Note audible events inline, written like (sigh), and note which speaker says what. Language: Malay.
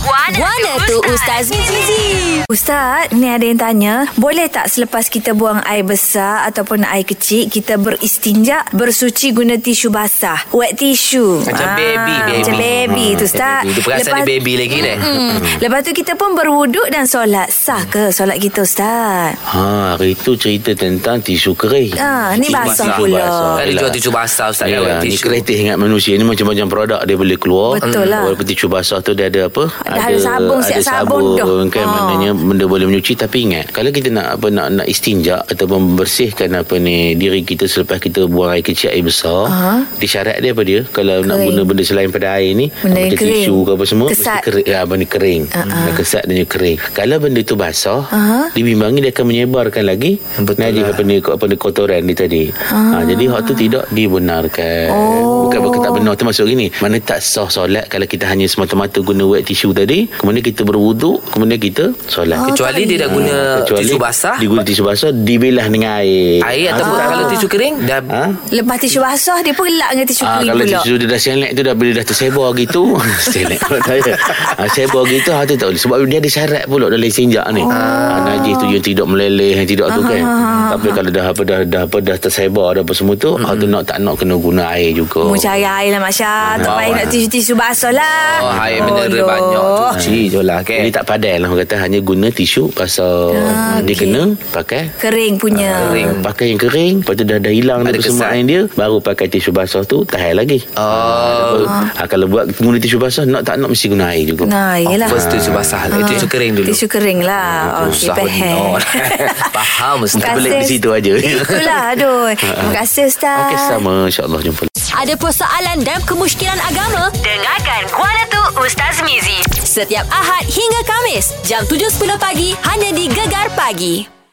Speaker 1: Wana,
Speaker 2: Wana tu Ustaz Mizi.
Speaker 3: Ustaz, ni ada yang tanya, boleh tak selepas kita buang air besar ataupun air kecil, kita beristinja, bersuci guna tisu basah, wet tisu. Ah,
Speaker 4: Macam baby, baby.
Speaker 3: Macam baby
Speaker 4: Hmm,
Speaker 3: tu Ustaz.
Speaker 4: baby. Dia perasan dia baby Hmm. lagi dah.
Speaker 3: Mm-mm. Lepas tu kita pun berwuduk dan solat. Sah ke solat kita Ustaz?
Speaker 5: Ha, hari tu cerita tentang tisu kering.
Speaker 3: Ah, ni
Speaker 5: Tisu
Speaker 3: basah pula.
Speaker 4: Kan
Speaker 3: Oh.
Speaker 4: dia jual tisu basah Ustaz kan wet
Speaker 5: Yalah, Ya, ni
Speaker 4: tisu.
Speaker 5: kreatif ingat manusia ni macam-macam produk dia boleh keluar.
Speaker 3: Betul lah.
Speaker 5: Walaupun tisu basah tu dia ada apa?
Speaker 3: Ada sabun, siap
Speaker 5: ada
Speaker 3: sabun dah.
Speaker 5: sabun kan
Speaker 3: Ha.
Speaker 5: maknanya benda boleh menyuci tapi ingat kalau kita nak apa nak nak istinja ataupun membersihkan apa ni diri kita selepas kita buang air kecil air besar,
Speaker 3: Ha.
Speaker 5: dia syarat dia apa dia? Kalau nak
Speaker 3: Kering.
Speaker 5: guna benda selain pada air ni,
Speaker 3: Benda yang
Speaker 5: macam
Speaker 3: kering. Ah,
Speaker 5: tisu ke apa semua, mesti
Speaker 3: Kesat.
Speaker 5: kering. Ya, benda kering. Uh-huh. Kesat dan dia kering. Kalau benda tu basah,
Speaker 3: Ha.
Speaker 5: dibimbangi dia akan menyebarkan lagi
Speaker 4: Betul
Speaker 5: najis
Speaker 4: lah.
Speaker 5: apa ni apa ni kotoran ni tadi. Ah. Ha, jadi hak tu tidak dibenarkan.
Speaker 3: Oh.
Speaker 5: Bukan bukan tak benar tu masuk gini. Mana tak sah solat kalau kita hanya semata-mata guna wet tissue tadi, kemudian kita berwuduk, kemudian kita solat.
Speaker 3: Oh,
Speaker 4: Kecuali dia dah guna tisu basah,
Speaker 5: Dia guna tisu basah dibilah dengan air.
Speaker 4: air ataupun
Speaker 5: Ah.
Speaker 4: kalau tisu kering dah
Speaker 5: Ha?
Speaker 3: Lepas tisu basah, dia pelak dengan tisu
Speaker 5: Ah,
Speaker 3: kering
Speaker 5: kalau
Speaker 3: pula.
Speaker 5: tisu dia dah selek tu dah bila dah tersebar gitu (laughs) selek kalau saya ah, sebar gitu ah, tu tak boleh sebab dia ada syarat pula dalam sinjak ni oh. ah, najis tu yang tidak meleleh yang tidak tu kan tapi kalau dah apa dah dah apa dah tersebar dah apa semua tu ah, tu nak tak nak kena guna air juga
Speaker 3: Mu cari air lah Masya Tak
Speaker 4: Wah,
Speaker 3: payah
Speaker 4: wah.
Speaker 3: nak tisu-tisu basah lah
Speaker 4: Hmm. Oh, air mineral
Speaker 3: Aduh.
Speaker 4: banyak cuci je lah kan.
Speaker 5: Jadi tak padai lah orang kata hanya guna tisu pasal
Speaker 3: Ah,
Speaker 5: dia
Speaker 3: okey.
Speaker 5: kena pakai Ah,
Speaker 3: Kering punya
Speaker 4: Ah, Kering.
Speaker 5: pakai yang kering lepas tu dah dah hilang
Speaker 4: Ada
Speaker 5: dah semua
Speaker 4: kesan.
Speaker 5: air dia baru pakai tisu basah tu tahan lagi
Speaker 3: Ah,
Speaker 4: Oh.
Speaker 5: ha, kalau buat guna tisu basah nak tak nak mesti guna air juga
Speaker 3: Nah, yelah Ah,
Speaker 4: First tisu basah lah. Tisu kering dulu. Ah,
Speaker 3: Tisu kering lah Okey,
Speaker 4: Susah
Speaker 3: faham
Speaker 4: benar. (laughs) Faham Ustaz.
Speaker 3: Terima
Speaker 5: Belit di
Speaker 3: kasih.
Speaker 5: situ aja.
Speaker 3: (laughs) Itulah,
Speaker 4: Ah,
Speaker 3: aduh Terima kasih Ustaz
Speaker 5: Okey sama insya-Allah jumpa.
Speaker 2: Ada persoalan dan kemusykilan agama?
Speaker 1: Dengarkan Wana tu Ustaz Mizi
Speaker 2: Setiap Ahad hingga Kamis, jam 7.10 pagi, hanya di Gegar Pagi.